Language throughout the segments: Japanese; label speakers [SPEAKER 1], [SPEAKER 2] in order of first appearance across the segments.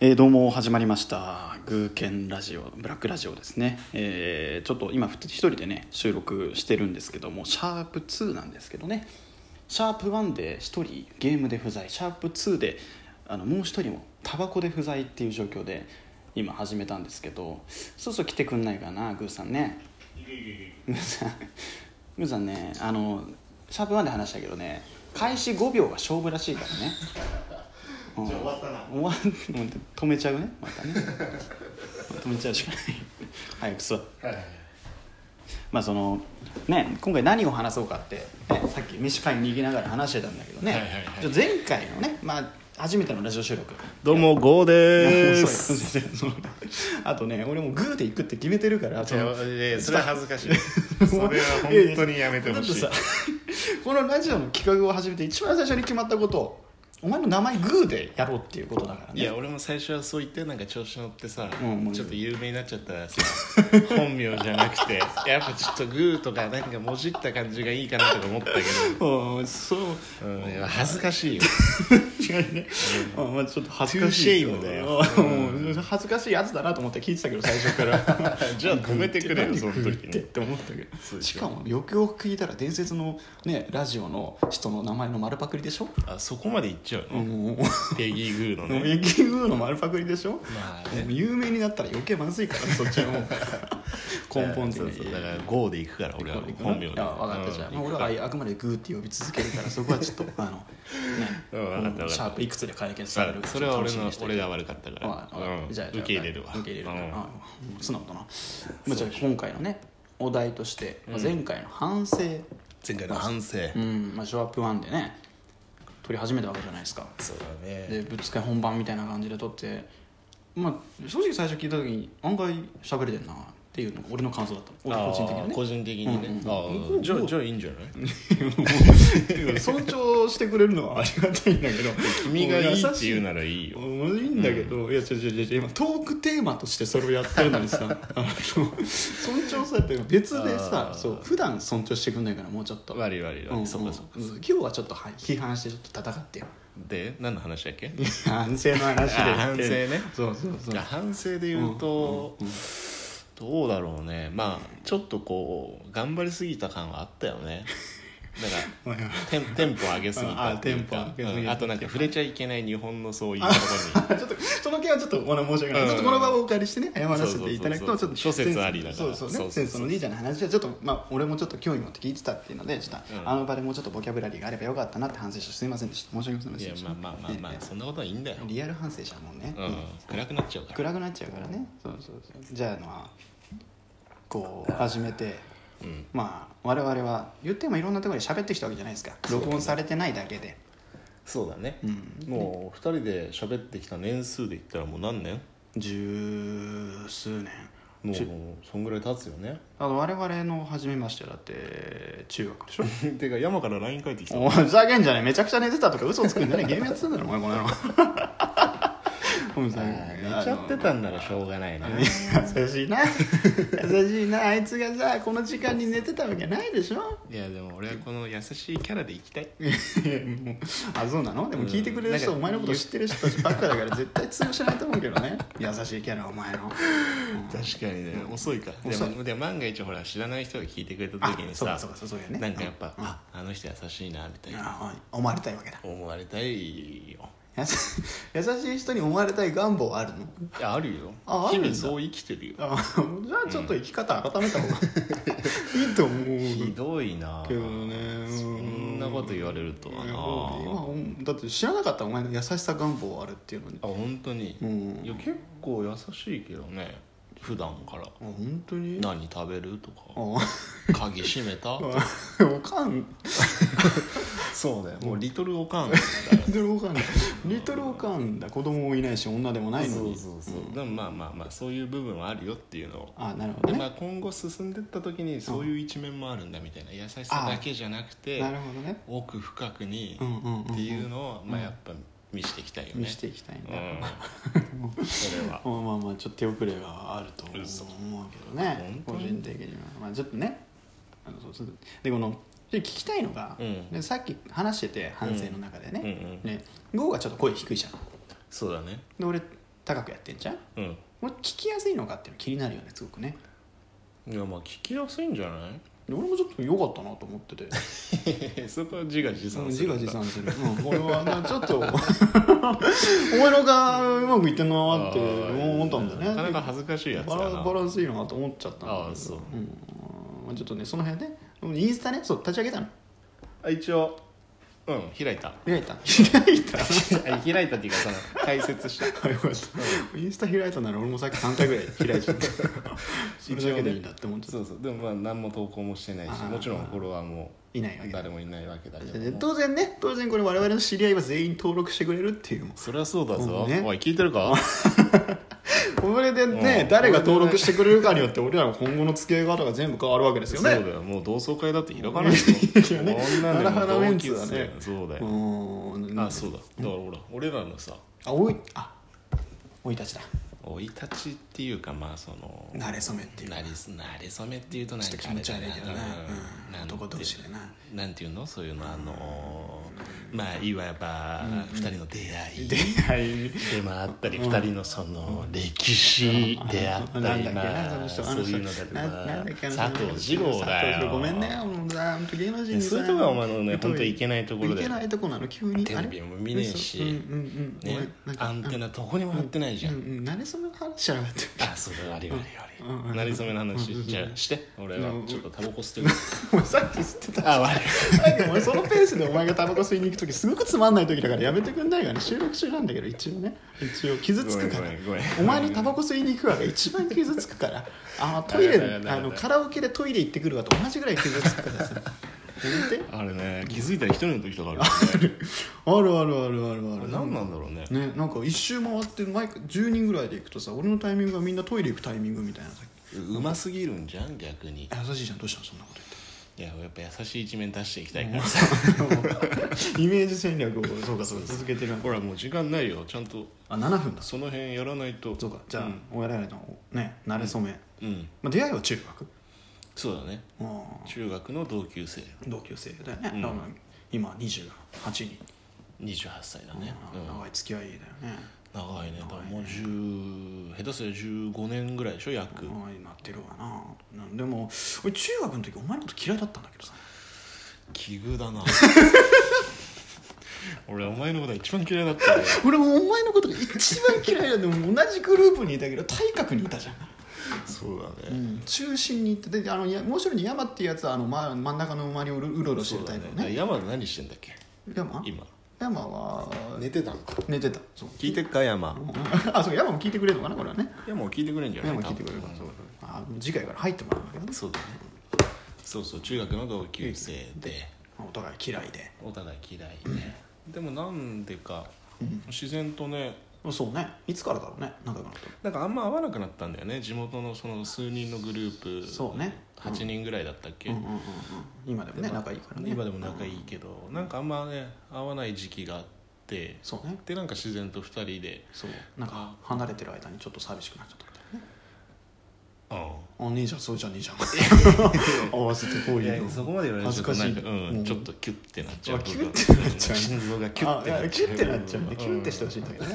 [SPEAKER 1] えーどうも始まりました「グーケンラジオ」ブラックラジオですね、えーちょっと今ふ一人でね収録してるんですけどもシャープ2なんですけどねシャープ1で1人ゲームで不在シャープ2であのもう1人もタバコで不在っていう状況で今始めたんですけどそろそろ来てくんないかなグーさんねムーさんムーさんねあのシャープ1で話したけどね開始5秒が勝負らしいからね、うん
[SPEAKER 2] じゃあ終わったな
[SPEAKER 1] 終わん待って止めちゃうねまたね止めちゃうしかない早く座って
[SPEAKER 2] はい
[SPEAKER 1] まあそのね今回何を話そうかって、ね、さっき飯会に行きながら話してたんだけどね、
[SPEAKER 2] はいはいはい
[SPEAKER 1] じゃあ前回のね、まあ、初めてのラジオ収録
[SPEAKER 2] どうもゴーでー
[SPEAKER 1] い
[SPEAKER 2] す。
[SPEAKER 1] やもうそうよ あとね俺もうグーで行くって決めてるからそ
[SPEAKER 2] いや
[SPEAKER 1] の
[SPEAKER 2] いやそれは恥ずかしい。それは本当にやめてほしい。
[SPEAKER 1] だってさこのラジオの企画を始めて一番最初に決まったことお前の名前グーでやろうっていうことだからね
[SPEAKER 2] い や俺も最初はそう言ってなんか調子乗ってさ、
[SPEAKER 1] うんもう
[SPEAKER 2] ちょっと有名になっちゃったらさ本名じゃなくて やっぱちょっとグーとかなんかもじった感じがいいかなとか思ったけ
[SPEAKER 1] うんそう
[SPEAKER 2] ど、うん、いや恥ずかしいよ
[SPEAKER 1] 違うね、あまあちょっと恥ずかしい
[SPEAKER 2] トゥーシェイムだよ
[SPEAKER 1] うんうん恥ずかしいやつだなと思って聞いてたけど最初から
[SPEAKER 2] じゃあ止めてくれよその時
[SPEAKER 1] 何食うってって思ったけ
[SPEAKER 2] そ
[SPEAKER 1] ど
[SPEAKER 2] うでし
[SPEAKER 1] し
[SPEAKER 2] ょ
[SPEAKER 1] かもよくよく聞いたら伝説のねラジオの人の名前の丸パクリでしょ
[SPEAKER 2] あそこまでいっちゃう
[SPEAKER 1] う
[SPEAKER 2] の、
[SPEAKER 1] ん
[SPEAKER 2] ペギーグーのね
[SPEAKER 1] ミキングーの丸パクリでしょ
[SPEAKER 2] まあ
[SPEAKER 1] も
[SPEAKER 2] ね
[SPEAKER 1] う有名になったら余計まずいからねそっちはもう 根本的
[SPEAKER 2] そう
[SPEAKER 1] に
[SPEAKER 2] そうだからゴーで行くから俺は本名で
[SPEAKER 1] いや分かったじゃん、
[SPEAKER 2] う
[SPEAKER 1] まあ俺はあいあくまでグーって呼び続けるからそこはちょっとあのね
[SPEAKER 2] うん分かった分かった
[SPEAKER 1] シャープいくつで解決さ
[SPEAKER 2] あ
[SPEAKER 1] れるか
[SPEAKER 2] それは俺
[SPEAKER 1] 楽しみ
[SPEAKER 2] の
[SPEAKER 1] にして
[SPEAKER 2] 俺が悪かったか
[SPEAKER 1] あ
[SPEAKER 2] ら、
[SPEAKER 1] あ
[SPEAKER 2] うん
[SPEAKER 1] じゃあじ
[SPEAKER 2] 受
[SPEAKER 1] ゃあ
[SPEAKER 2] け入れるわ
[SPEAKER 1] 受け入れる
[SPEAKER 2] うん
[SPEAKER 1] あ素直だな、まあ、じゃあ今回のねお題として、まあ
[SPEAKER 2] うん
[SPEAKER 1] 前回の反省
[SPEAKER 2] 前回の反省、
[SPEAKER 1] うん、まあ、ショーアップ1でね撮り始めたわけじゃないですか
[SPEAKER 2] そうだね
[SPEAKER 1] でぶっつけ本番みたいな感じで撮ってまあ正直最初聞いた時に案外喋れてんなっていうのが俺の感想だった俺個人的に
[SPEAKER 2] あー
[SPEAKER 1] ね
[SPEAKER 2] 個人的にね、
[SPEAKER 1] うん
[SPEAKER 2] あ
[SPEAKER 1] うん
[SPEAKER 2] ーじゃあじゃあいいんじゃない
[SPEAKER 1] 尊重してくれるのはありがたいんだけど
[SPEAKER 2] 君がいいって言う
[SPEAKER 1] な
[SPEAKER 2] ならいいよ
[SPEAKER 1] いいんだけど、いや違う違う違う違う今トークテーマとしてそれをやってるのに さあの尊重されてる別でさ
[SPEAKER 2] あー
[SPEAKER 1] そう普段尊重してくんないからもうちょっと、
[SPEAKER 2] 悪い悪い悪
[SPEAKER 1] う
[SPEAKER 2] い、
[SPEAKER 1] ん
[SPEAKER 2] そうかそうか
[SPEAKER 1] うん今日はちょっとはい批判してちょっと戦ってよ
[SPEAKER 2] で何の話だっけ
[SPEAKER 1] 反省の話で
[SPEAKER 2] あ反省ね
[SPEAKER 1] そうそうそう
[SPEAKER 2] じゃあ反省で言うと、どうだろうねまあちょっとこう頑張りすぎた感はあったよねだから
[SPEAKER 1] はいはい
[SPEAKER 2] テンテンポ上げすぎたっていう
[SPEAKER 1] あテ
[SPEAKER 2] か
[SPEAKER 1] ンポ上げすぎた
[SPEAKER 2] うんあとなんか触れちゃいけない日本のそういうところ に
[SPEAKER 1] ちょっとその件はちょっとお申し訳ない、
[SPEAKER 2] うん
[SPEAKER 1] ちょっとこの場をお借りしてね謝らせていただくとち
[SPEAKER 2] そ
[SPEAKER 1] ょ
[SPEAKER 2] う
[SPEAKER 1] っ
[SPEAKER 2] そうそう
[SPEAKER 1] と
[SPEAKER 2] 諸説ありだから
[SPEAKER 1] そうそうね
[SPEAKER 2] そうそうそう
[SPEAKER 1] センスの兄ちゃんの話はちょっとまあ俺もちょっと興味持って聞いてたっていうのでちょっと、
[SPEAKER 2] うん
[SPEAKER 1] あの場でもうちょっとボキャブラリーがあればよかったなって反省してすみませんでした申し訳ございま
[SPEAKER 2] い
[SPEAKER 1] せん
[SPEAKER 2] や
[SPEAKER 1] でした
[SPEAKER 2] まあまあまあまあ
[SPEAKER 1] ね
[SPEAKER 2] そんなことはいいんだよ、
[SPEAKER 1] リアル反省者もんね、
[SPEAKER 2] うん、暗くなっちゃうから
[SPEAKER 1] 暗くなっちゃうからねそうそうそうじゃあまあこう始めて
[SPEAKER 2] うん
[SPEAKER 1] まあ我々は言ってもいろんなところで喋ってきたわけじゃないですか録音されてないだけで
[SPEAKER 2] そうだね、
[SPEAKER 1] うん
[SPEAKER 2] もう2人で喋ってきた年数で言ったらもう何年
[SPEAKER 1] 十数年
[SPEAKER 2] もう
[SPEAKER 1] ち
[SPEAKER 2] そんぐらい経つよね
[SPEAKER 1] あの我々の初めましてだって中学でしょ
[SPEAKER 2] てか山から LINE 書いてきた
[SPEAKER 1] お前ふざけんじゃねえめちゃくちゃ寝てたとか嘘つくんじゃねえゲームやってたんだろお前こ の野郎お前ふざけんな
[SPEAKER 2] 寝ちゃってたんならしょうがないな
[SPEAKER 1] 優しいな優しいなあいつがさこの時間に寝てたわけないでしょ
[SPEAKER 2] いやでも俺はこの優しいキャラでいきたい
[SPEAKER 1] いやもうあそうなのでも聞いてくれる人、
[SPEAKER 2] うん
[SPEAKER 1] お前のこと知ってる人たちばっかだから絶対通用しないと思うけどね優しいキャラお前の
[SPEAKER 2] 確かにね遅いかで
[SPEAKER 1] 遅い
[SPEAKER 2] もでも万が一ほら知らない人が聞いてくれた
[SPEAKER 1] あ
[SPEAKER 2] 時に
[SPEAKER 1] そう
[SPEAKER 2] さ
[SPEAKER 1] かそうかそうそうやね
[SPEAKER 2] なんかやっぱ、
[SPEAKER 1] うん
[SPEAKER 2] ああの人優しいなみたいな
[SPEAKER 1] あはい思われたいわけだ
[SPEAKER 2] 思われたいよ
[SPEAKER 1] 優し優しい人に思われたい願望はあるの
[SPEAKER 2] いやあるよ
[SPEAKER 1] ああ
[SPEAKER 2] 日
[SPEAKER 1] るんだ
[SPEAKER 2] 々そう生きてるよ
[SPEAKER 1] あじゃあちょっと生き方改めた方がいいと思う
[SPEAKER 2] ひどいな
[SPEAKER 1] けどね
[SPEAKER 2] そんなこと言われると
[SPEAKER 1] と
[SPEAKER 2] はな
[SPEAKER 1] だって知らなかったお前の優しさ願望あるっていうのに
[SPEAKER 2] あ本当に、
[SPEAKER 1] うん
[SPEAKER 2] いや結構優しいけどね普段か
[SPEAKER 1] あ
[SPEAKER 2] ら
[SPEAKER 1] 本当に
[SPEAKER 2] 何食べるとか
[SPEAKER 1] あ
[SPEAKER 2] 鍵閉め た
[SPEAKER 1] あおかん
[SPEAKER 2] そうだよもうリトルおかん
[SPEAKER 1] リトルおかんだリトルおかんだ子供もいないし女でもないのに
[SPEAKER 2] そうそう、でもまあまあまあそういう部分はあるよっていうのを
[SPEAKER 1] あなるほ
[SPEAKER 2] で、
[SPEAKER 1] ど
[SPEAKER 2] ま
[SPEAKER 1] ね
[SPEAKER 2] あ、今後進んでった時にそういう一面もあるんだみたいな優しさだけじゃなくて
[SPEAKER 1] なるほどね
[SPEAKER 2] 奥深くに
[SPEAKER 1] うんうんうん
[SPEAKER 2] っていうのを、まあ、やっぱ見していきたいよね
[SPEAKER 1] 見していきたいん
[SPEAKER 2] う
[SPEAKER 1] だ
[SPEAKER 2] んそれは
[SPEAKER 1] まあまあまあちょっと手遅れがあると思う
[SPEAKER 2] 嘘
[SPEAKER 1] けどね
[SPEAKER 2] 本当
[SPEAKER 1] 個
[SPEAKER 2] に
[SPEAKER 1] 人的にはまあちょっとねあのそうそうでこので聞きたいのが、
[SPEAKER 2] うん
[SPEAKER 1] でさっき 話してて反省の中でね、
[SPEAKER 2] うんうん
[SPEAKER 1] ねゴーがちょっと声低いじゃん
[SPEAKER 2] そうだね
[SPEAKER 1] で俺高くやってんじゃん
[SPEAKER 2] うん
[SPEAKER 1] これ聞きやすいのかっていうの気になるよねすごくね
[SPEAKER 2] いやまあ聞きやすいんじゃない
[SPEAKER 1] で俺もちょっと良かったなと思ってて
[SPEAKER 2] そこは自画自
[SPEAKER 1] その自
[SPEAKER 2] 賛
[SPEAKER 1] 画
[SPEAKER 2] ん
[SPEAKER 1] 自
[SPEAKER 2] だ
[SPEAKER 1] 賛する、うん、俺はなちょっとお前のがうまくいってんなーって思ったんだね
[SPEAKER 2] なかなか恥ずかしいやつ
[SPEAKER 1] バ
[SPEAKER 2] や
[SPEAKER 1] ラ
[SPEAKER 2] な
[SPEAKER 1] バランスいいなと思っちゃったんだけど
[SPEAKER 2] ああそうん
[SPEAKER 1] まあちょっとねその辺ねインスタねそう立ち上げたのあ一応
[SPEAKER 2] うん開い た
[SPEAKER 1] 開いた開い た
[SPEAKER 2] 開いたっていうかその解説した
[SPEAKER 1] あよかったインスタ開いたなら俺もさっき3回ぐらい開いちゃった それだけでいいんだって思っちゃっ
[SPEAKER 2] そうそうでもまあ何も投稿もしてないし
[SPEAKER 1] あー
[SPEAKER 2] もちろんフォロワーも
[SPEAKER 1] いないわけだ
[SPEAKER 2] 誰もいないわけだけ
[SPEAKER 1] た
[SPEAKER 2] ど
[SPEAKER 1] で
[SPEAKER 2] も
[SPEAKER 1] 当然ね当然これ我々の知り合いは全員登録してくれるっていうもん
[SPEAKER 2] そりゃそうだぞ、
[SPEAKER 1] うんね
[SPEAKER 2] おい聞いてるか
[SPEAKER 1] これでね、
[SPEAKER 2] うん
[SPEAKER 1] 誰が登録してくれるかによって俺らの今後の付き合い方が全部変わるわけです
[SPEAKER 2] そ
[SPEAKER 1] よ
[SPEAKER 2] うだ
[SPEAKER 1] ね
[SPEAKER 2] よもう同窓会だって開かないと、
[SPEAKER 1] ね
[SPEAKER 2] こんなん で
[SPEAKER 1] ハ
[SPEAKER 2] も
[SPEAKER 1] ラハラメンツだね
[SPEAKER 2] 同級生そうだ
[SPEAKER 1] う
[SPEAKER 2] よ、
[SPEAKER 1] ーん
[SPEAKER 2] あそうだだからほら俺らのさ
[SPEAKER 1] あおいあ生い立ちだ
[SPEAKER 2] 生い立ちっていうかまあその
[SPEAKER 1] 慣れ初めっていう
[SPEAKER 2] なりすなりそめっていうとなん
[SPEAKER 1] ちょっ
[SPEAKER 2] か
[SPEAKER 1] と気持ち悪いけどな、う
[SPEAKER 2] うん
[SPEAKER 1] ん、
[SPEAKER 2] なんて
[SPEAKER 1] 男同士でな
[SPEAKER 2] なんていうのそういうのあのーまあいわば二人の出会い
[SPEAKER 1] 出会い
[SPEAKER 2] でもあったり二人のその歴史であった
[SPEAKER 1] なんだ
[SPEAKER 2] り
[SPEAKER 1] っけなそ
[SPEAKER 2] ま
[SPEAKER 1] の
[SPEAKER 2] あ
[SPEAKER 1] 人
[SPEAKER 2] そ
[SPEAKER 1] あ
[SPEAKER 2] う
[SPEAKER 1] の
[SPEAKER 2] い
[SPEAKER 1] 人
[SPEAKER 2] うのだと
[SPEAKER 1] ななんだっけあの人
[SPEAKER 2] か佐藤二郎だ
[SPEAKER 1] 佐藤二
[SPEAKER 2] よ
[SPEAKER 1] ごめんねもうさ本当芸能人
[SPEAKER 2] で
[SPEAKER 1] に
[SPEAKER 2] そういうとこがお前のね本当いけないところ
[SPEAKER 1] い
[SPEAKER 2] だ
[SPEAKER 1] け
[SPEAKER 2] よ
[SPEAKER 1] ないとこなの急に
[SPEAKER 2] テレビも見ねえし
[SPEAKER 1] あれ嘘うんうんうん
[SPEAKER 2] ね
[SPEAKER 1] ごめんなんか
[SPEAKER 2] アンテナどこにも張ってないじゃ
[SPEAKER 1] うんんうん何でその話しやがって
[SPEAKER 2] あそれあれよあれよ
[SPEAKER 1] うんう
[SPEAKER 2] あ
[SPEAKER 1] ん
[SPEAKER 2] れなりそめの
[SPEAKER 1] うんうん
[SPEAKER 2] 話じゃあして俺はちょっとタバコ吸ってくる
[SPEAKER 1] お前さっき吸ってた
[SPEAKER 2] あ悪い
[SPEAKER 1] さっきお前そのペースでお前がタバコ吸いに行く時すごくつまんない時だからやめてくんないかね収録中なんだけど一応ね一応傷つくから
[SPEAKER 2] ごめんごめんご
[SPEAKER 1] お
[SPEAKER 2] めん
[SPEAKER 1] 前にタバコ吸いに行くわが一番傷つくからあのトイレ
[SPEAKER 2] なるほど
[SPEAKER 1] あ
[SPEAKER 2] なる
[SPEAKER 1] の
[SPEAKER 2] ほど
[SPEAKER 1] カラオケでトイレ行ってくるわと同じぐらい傷つくからさやめて
[SPEAKER 2] あれね気づいたら一人の時とかあるよね
[SPEAKER 1] あるあるあるあるあ
[SPEAKER 2] あれ
[SPEAKER 1] る
[SPEAKER 2] 何なんだろうね
[SPEAKER 1] ねなんか一周回って毎回10人ぐらいで行くとさ俺のタイミングがみんなトイレ行くタイミングみたいなさ
[SPEAKER 2] うますぎるんじゃん逆に
[SPEAKER 1] え優しいじゃんどうしたのそんなこと
[SPEAKER 2] いややっぱ優しい一面出していきたいから
[SPEAKER 1] 言って イメージ戦略をそうかそうか続けてる
[SPEAKER 2] ほらもう時間ないよちゃんと
[SPEAKER 1] あ7分だ
[SPEAKER 2] その辺やらないと
[SPEAKER 1] そうかじゃあ、親らのね慣れ初め、
[SPEAKER 2] うん
[SPEAKER 1] まあ、出会いは中学
[SPEAKER 2] そうだね中学の同級生
[SPEAKER 1] 同級生だよね、
[SPEAKER 2] うん
[SPEAKER 1] だから今28人、
[SPEAKER 2] 28歳だね、うん
[SPEAKER 1] 長い付き合いだよね、
[SPEAKER 2] 長いねだからもう10下手すりゃ15年ぐらいでしょ約
[SPEAKER 1] 長いなってるわなうんでも俺中学の時お前のこと嫌いだったんだけどさ
[SPEAKER 2] 奇遇だ な俺お前のことが一番嫌いだったよ
[SPEAKER 1] 俺もお前のことが一番嫌いだでも同じグループにいたけ ど体格にいたじゃん
[SPEAKER 2] そうだ
[SPEAKER 1] う
[SPEAKER 2] ね、
[SPEAKER 1] ん中心に行ってであのやもう一人の山っていうやつはあの、ま、真ん中の周りをうろうろうろして
[SPEAKER 2] そう
[SPEAKER 1] るタ
[SPEAKER 2] だ
[SPEAKER 1] イ
[SPEAKER 2] ね
[SPEAKER 1] プ
[SPEAKER 2] だ
[SPEAKER 1] の
[SPEAKER 2] から
[SPEAKER 1] ね
[SPEAKER 2] 山田何してんだっけ
[SPEAKER 1] 山
[SPEAKER 2] 今
[SPEAKER 1] 山は
[SPEAKER 2] てたんか
[SPEAKER 1] 寝てたそう
[SPEAKER 2] 聞いてっか山
[SPEAKER 1] うん あそう山も聞いてくれるのかなこれはね
[SPEAKER 2] 山も聞いてくれんじゃない
[SPEAKER 1] 山も聞いてくれるからそうあもう次回から入ってもらうわけだね
[SPEAKER 2] そうだねそうそう中学の同級生で
[SPEAKER 1] お互い嫌いで
[SPEAKER 2] お互い嫌いででもなんでか自然とね
[SPEAKER 1] そうねいつからだろうね仲良くなったの
[SPEAKER 2] なんかあんま会わなくなったんだよね地元のその数人のグループ
[SPEAKER 1] そうね
[SPEAKER 2] 8人ぐらいだったっけ、
[SPEAKER 1] うんうんうんうん今でもね仲いいからね
[SPEAKER 2] 今でも仲いいけどなんかあんまね会わない時期があって
[SPEAKER 1] そうね
[SPEAKER 2] でなんか自然と2人で
[SPEAKER 1] そうなんか離れてる間にちょっと寂しくなっちゃったみたいなね
[SPEAKER 2] う
[SPEAKER 1] あ姉ちゃんそうじゃん姉ちゃん 合わせてこういうの
[SPEAKER 2] そこまで言われ
[SPEAKER 1] 恥ずかしい
[SPEAKER 2] るとなんかうん
[SPEAKER 1] うん
[SPEAKER 2] ちょっとキュッてなっちゃ
[SPEAKER 1] あ
[SPEAKER 2] う
[SPEAKER 1] キュッてなっちゃう
[SPEAKER 2] 心臓がキュッ
[SPEAKER 1] あ
[SPEAKER 2] て
[SPEAKER 1] い
[SPEAKER 2] なっ
[SPEAKER 1] やキ
[SPEAKER 2] ちゃう
[SPEAKER 1] ュッてなっちゃうんでキュッてしてほしいんだ けどね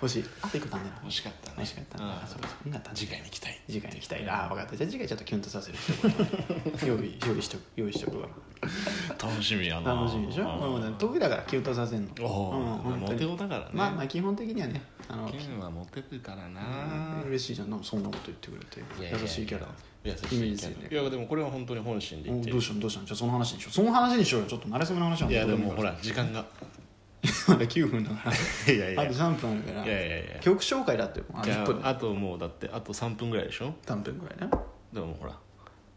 [SPEAKER 1] 欲しいあと一個足んねえな
[SPEAKER 2] 惜しかったね
[SPEAKER 1] 欲しかった
[SPEAKER 2] うん
[SPEAKER 1] なあそうかそうなった
[SPEAKER 2] 次回に期待
[SPEAKER 1] 次回に来たいなあ分かったじゃあ次回ちょっとキュンとさせ る用意用意しとく用意しとくわ
[SPEAKER 2] 楽しみやな
[SPEAKER 1] 楽しみでしょもうね得意だからキュンとさせんの
[SPEAKER 2] おお
[SPEAKER 1] うん本
[SPEAKER 2] モ
[SPEAKER 1] 当
[SPEAKER 2] テ
[SPEAKER 1] に
[SPEAKER 2] 男だからね
[SPEAKER 1] まあまあ基本的にはねあの
[SPEAKER 2] ケンはモテるからな
[SPEAKER 1] 嬉しいじゃんなんかそんなこと言ってく
[SPEAKER 2] い
[SPEAKER 1] れ
[SPEAKER 2] やいや
[SPEAKER 1] て優しいキャライ
[SPEAKER 2] 優
[SPEAKER 1] メ
[SPEAKER 2] し
[SPEAKER 1] ー
[SPEAKER 2] い
[SPEAKER 1] ジ
[SPEAKER 2] キ
[SPEAKER 1] する
[SPEAKER 2] ャ
[SPEAKER 1] ね
[SPEAKER 2] ラいやでもこれは本当に本心で
[SPEAKER 1] お
[SPEAKER 2] 言って
[SPEAKER 1] どう
[SPEAKER 2] る
[SPEAKER 1] したのどうしたのじゃあその話にしようその話にしようよちょっと慣れ初めの話なん
[SPEAKER 2] い
[SPEAKER 1] だ
[SPEAKER 2] やでもほら時間が
[SPEAKER 1] まだ9分だから
[SPEAKER 2] いやい
[SPEAKER 1] あと
[SPEAKER 2] や
[SPEAKER 1] 3分あるから
[SPEAKER 2] いやいやいや
[SPEAKER 1] 曲紹介だってあと
[SPEAKER 2] じゃ
[SPEAKER 1] 1分
[SPEAKER 2] ああともうだってあと3分ぐらいでしょ
[SPEAKER 1] 3分ぐらいね
[SPEAKER 2] でもほら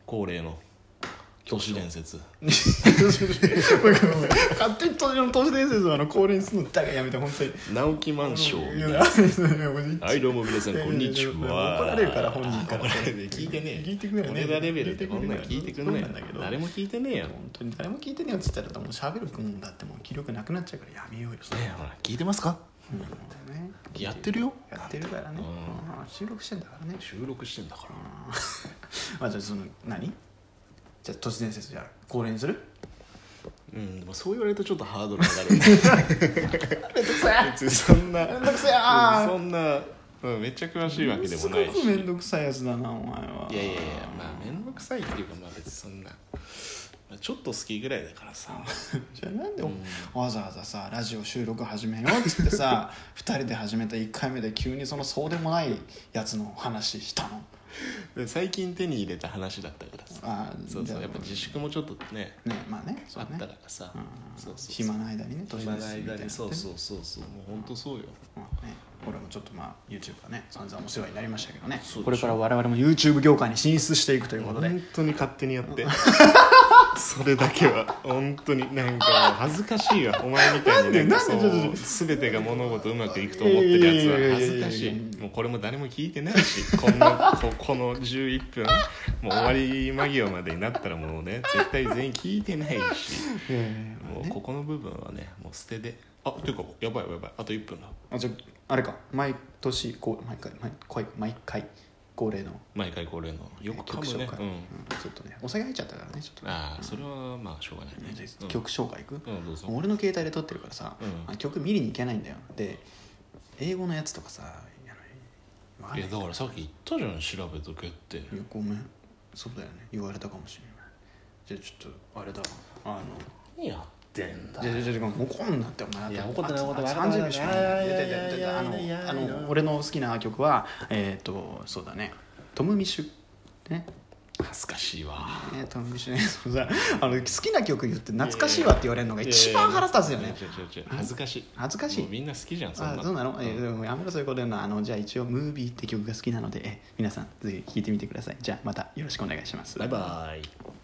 [SPEAKER 2] 恒例の都市伝説
[SPEAKER 1] ごめんごめん勝手に都都市伝説をあの恒例にするのだけやめて本当に
[SPEAKER 2] 直木マンションみたい
[SPEAKER 1] い
[SPEAKER 2] な
[SPEAKER 1] やいやもういい
[SPEAKER 2] はいどうも皆さんこんにちは
[SPEAKER 1] 怒られるから本人から
[SPEAKER 2] 怒られる聞いてねえ
[SPEAKER 1] 聞いてくれよね
[SPEAKER 2] 俺らレベルってこんなん
[SPEAKER 1] 聞
[SPEAKER 2] 聞
[SPEAKER 1] い
[SPEAKER 2] い
[SPEAKER 1] て
[SPEAKER 2] て
[SPEAKER 1] く
[SPEAKER 2] く
[SPEAKER 1] れ
[SPEAKER 2] ん
[SPEAKER 1] な
[SPEAKER 2] ないい
[SPEAKER 1] よ
[SPEAKER 2] 誰も聞いてねえよね
[SPEAKER 1] 本当に誰も聞いてねえよっつったらもう喋るもんだってもう気力なくなっちゃうからやめようよそれ
[SPEAKER 2] えほら聞いてますか
[SPEAKER 1] うんね
[SPEAKER 2] やってるよ
[SPEAKER 1] やってるからね
[SPEAKER 2] うん
[SPEAKER 1] うん収録してんだからね
[SPEAKER 2] 収録してんだか
[SPEAKER 1] うんあじゃあその何じゃあ都市伝説じゃあ恒例にする
[SPEAKER 2] らうんでもそう言われるとちょっとハードル上がる
[SPEAKER 1] めんどくせえ
[SPEAKER 2] 別にそ んな
[SPEAKER 1] めんどくせえ
[SPEAKER 2] うんそんな、うん、めっちゃ詳しいわけでもない
[SPEAKER 1] すご
[SPEAKER 2] し
[SPEAKER 1] くめんどくさいやつだなお前はい
[SPEAKER 2] やいやいやまあ面倒くさいっていうかまあ別にそんな、まあ、ちょっと好きぐらいだからさ
[SPEAKER 1] じゃあなんでわざわざさラジオ収録始めようっつってさ2 人で始めた1回目で急にそのそうでもないやつの話したの
[SPEAKER 2] で最近手に入れた話だったからさ
[SPEAKER 1] あー
[SPEAKER 2] そう
[SPEAKER 1] じゃ
[SPEAKER 2] そ
[SPEAKER 1] あ
[SPEAKER 2] うやっぱ自粛もちょっとね
[SPEAKER 1] ねまあねそ
[SPEAKER 2] あ
[SPEAKER 1] う
[SPEAKER 2] っ
[SPEAKER 1] ね
[SPEAKER 2] たからさ
[SPEAKER 1] うん
[SPEAKER 2] そうそうそう
[SPEAKER 1] 暇な間にね
[SPEAKER 2] 暇の間にそう
[SPEAKER 1] う、
[SPEAKER 2] そうそうそうもう本当そうよ
[SPEAKER 1] まあね、俺もちょっとまあ YouTube はね散々お世話になりましたけどね
[SPEAKER 2] そうでしょ
[SPEAKER 1] これから我々も YouTube 業界に進出していくということで、
[SPEAKER 2] 本当に勝手にやって それだけは本当になんか恥ずかしいわお前みたいになんか
[SPEAKER 1] なんでなんでちょっと
[SPEAKER 2] そう全てが物事うまくいくと思ってるやつ
[SPEAKER 1] いやいやいやいやいや
[SPEAKER 2] は恥ずかしいもうこれも誰も聞いてないしこんなこ この11分もう終わり間際までになったらもうね絶対全員聞いてないし
[SPEAKER 1] え
[SPEAKER 2] もうここの部分はねもう捨てであっていうかやばいやばいあと1分だ
[SPEAKER 1] あじゃああれか毎年こう毎回毎回毎回恒例の
[SPEAKER 2] 毎回恒例のよく
[SPEAKER 1] 曲紹
[SPEAKER 2] 噛むね
[SPEAKER 1] 介、
[SPEAKER 2] う
[SPEAKER 1] うん
[SPEAKER 2] ん
[SPEAKER 1] ちょっとねお酒入っちゃったからねちょっとね
[SPEAKER 2] ああそれはまあしょうがないね
[SPEAKER 1] じゃあ
[SPEAKER 2] うん
[SPEAKER 1] 曲紹介いく、
[SPEAKER 2] うんどうぞ
[SPEAKER 1] 俺の携帯で撮ってるからさ、
[SPEAKER 2] うん
[SPEAKER 1] あ曲見りに行けないんだよで英語のやつとかさあのわかんな
[SPEAKER 2] いや
[SPEAKER 1] い
[SPEAKER 2] だからさっき言ったじゃん調べとけって
[SPEAKER 1] いやごめんそうだよね言われたかもしれないじゃあちょっとあれだあ
[SPEAKER 2] 何やってん
[SPEAKER 1] のじゃあじゃあじゃあ怒んなってお前
[SPEAKER 2] いや怒ってな
[SPEAKER 1] あ
[SPEAKER 2] い
[SPEAKER 1] と
[SPEAKER 2] 怒ってない
[SPEAKER 1] あと30秒しかないんだよ
[SPEAKER 2] いやいやいや
[SPEAKER 1] でで
[SPEAKER 2] い
[SPEAKER 1] で
[SPEAKER 2] や
[SPEAKER 1] あ
[SPEAKER 2] いやいや
[SPEAKER 1] のあの俺の好きな曲はえっ、とそうだねトム・ミッシュね
[SPEAKER 2] 恥ずかしいわ
[SPEAKER 1] えー、トム・ミッシュねそうさあの好きな曲言って懐かしいわって言われるのが一番腹立つよ
[SPEAKER 2] いや
[SPEAKER 1] ね
[SPEAKER 2] いや違う違う違う恥ずかしい
[SPEAKER 1] 恥ずかしい
[SPEAKER 2] もうみんな好きじゃんそんな
[SPEAKER 1] あ
[SPEAKER 2] の
[SPEAKER 1] どうなの、え
[SPEAKER 2] ん
[SPEAKER 1] ーでもやめろそういうこと言うのはあのじゃあ一応「ムービー」って曲が好きなので、えー皆さんぜひ聴いてみてくださいじゃあまたよろしくお願いします
[SPEAKER 2] バイバイ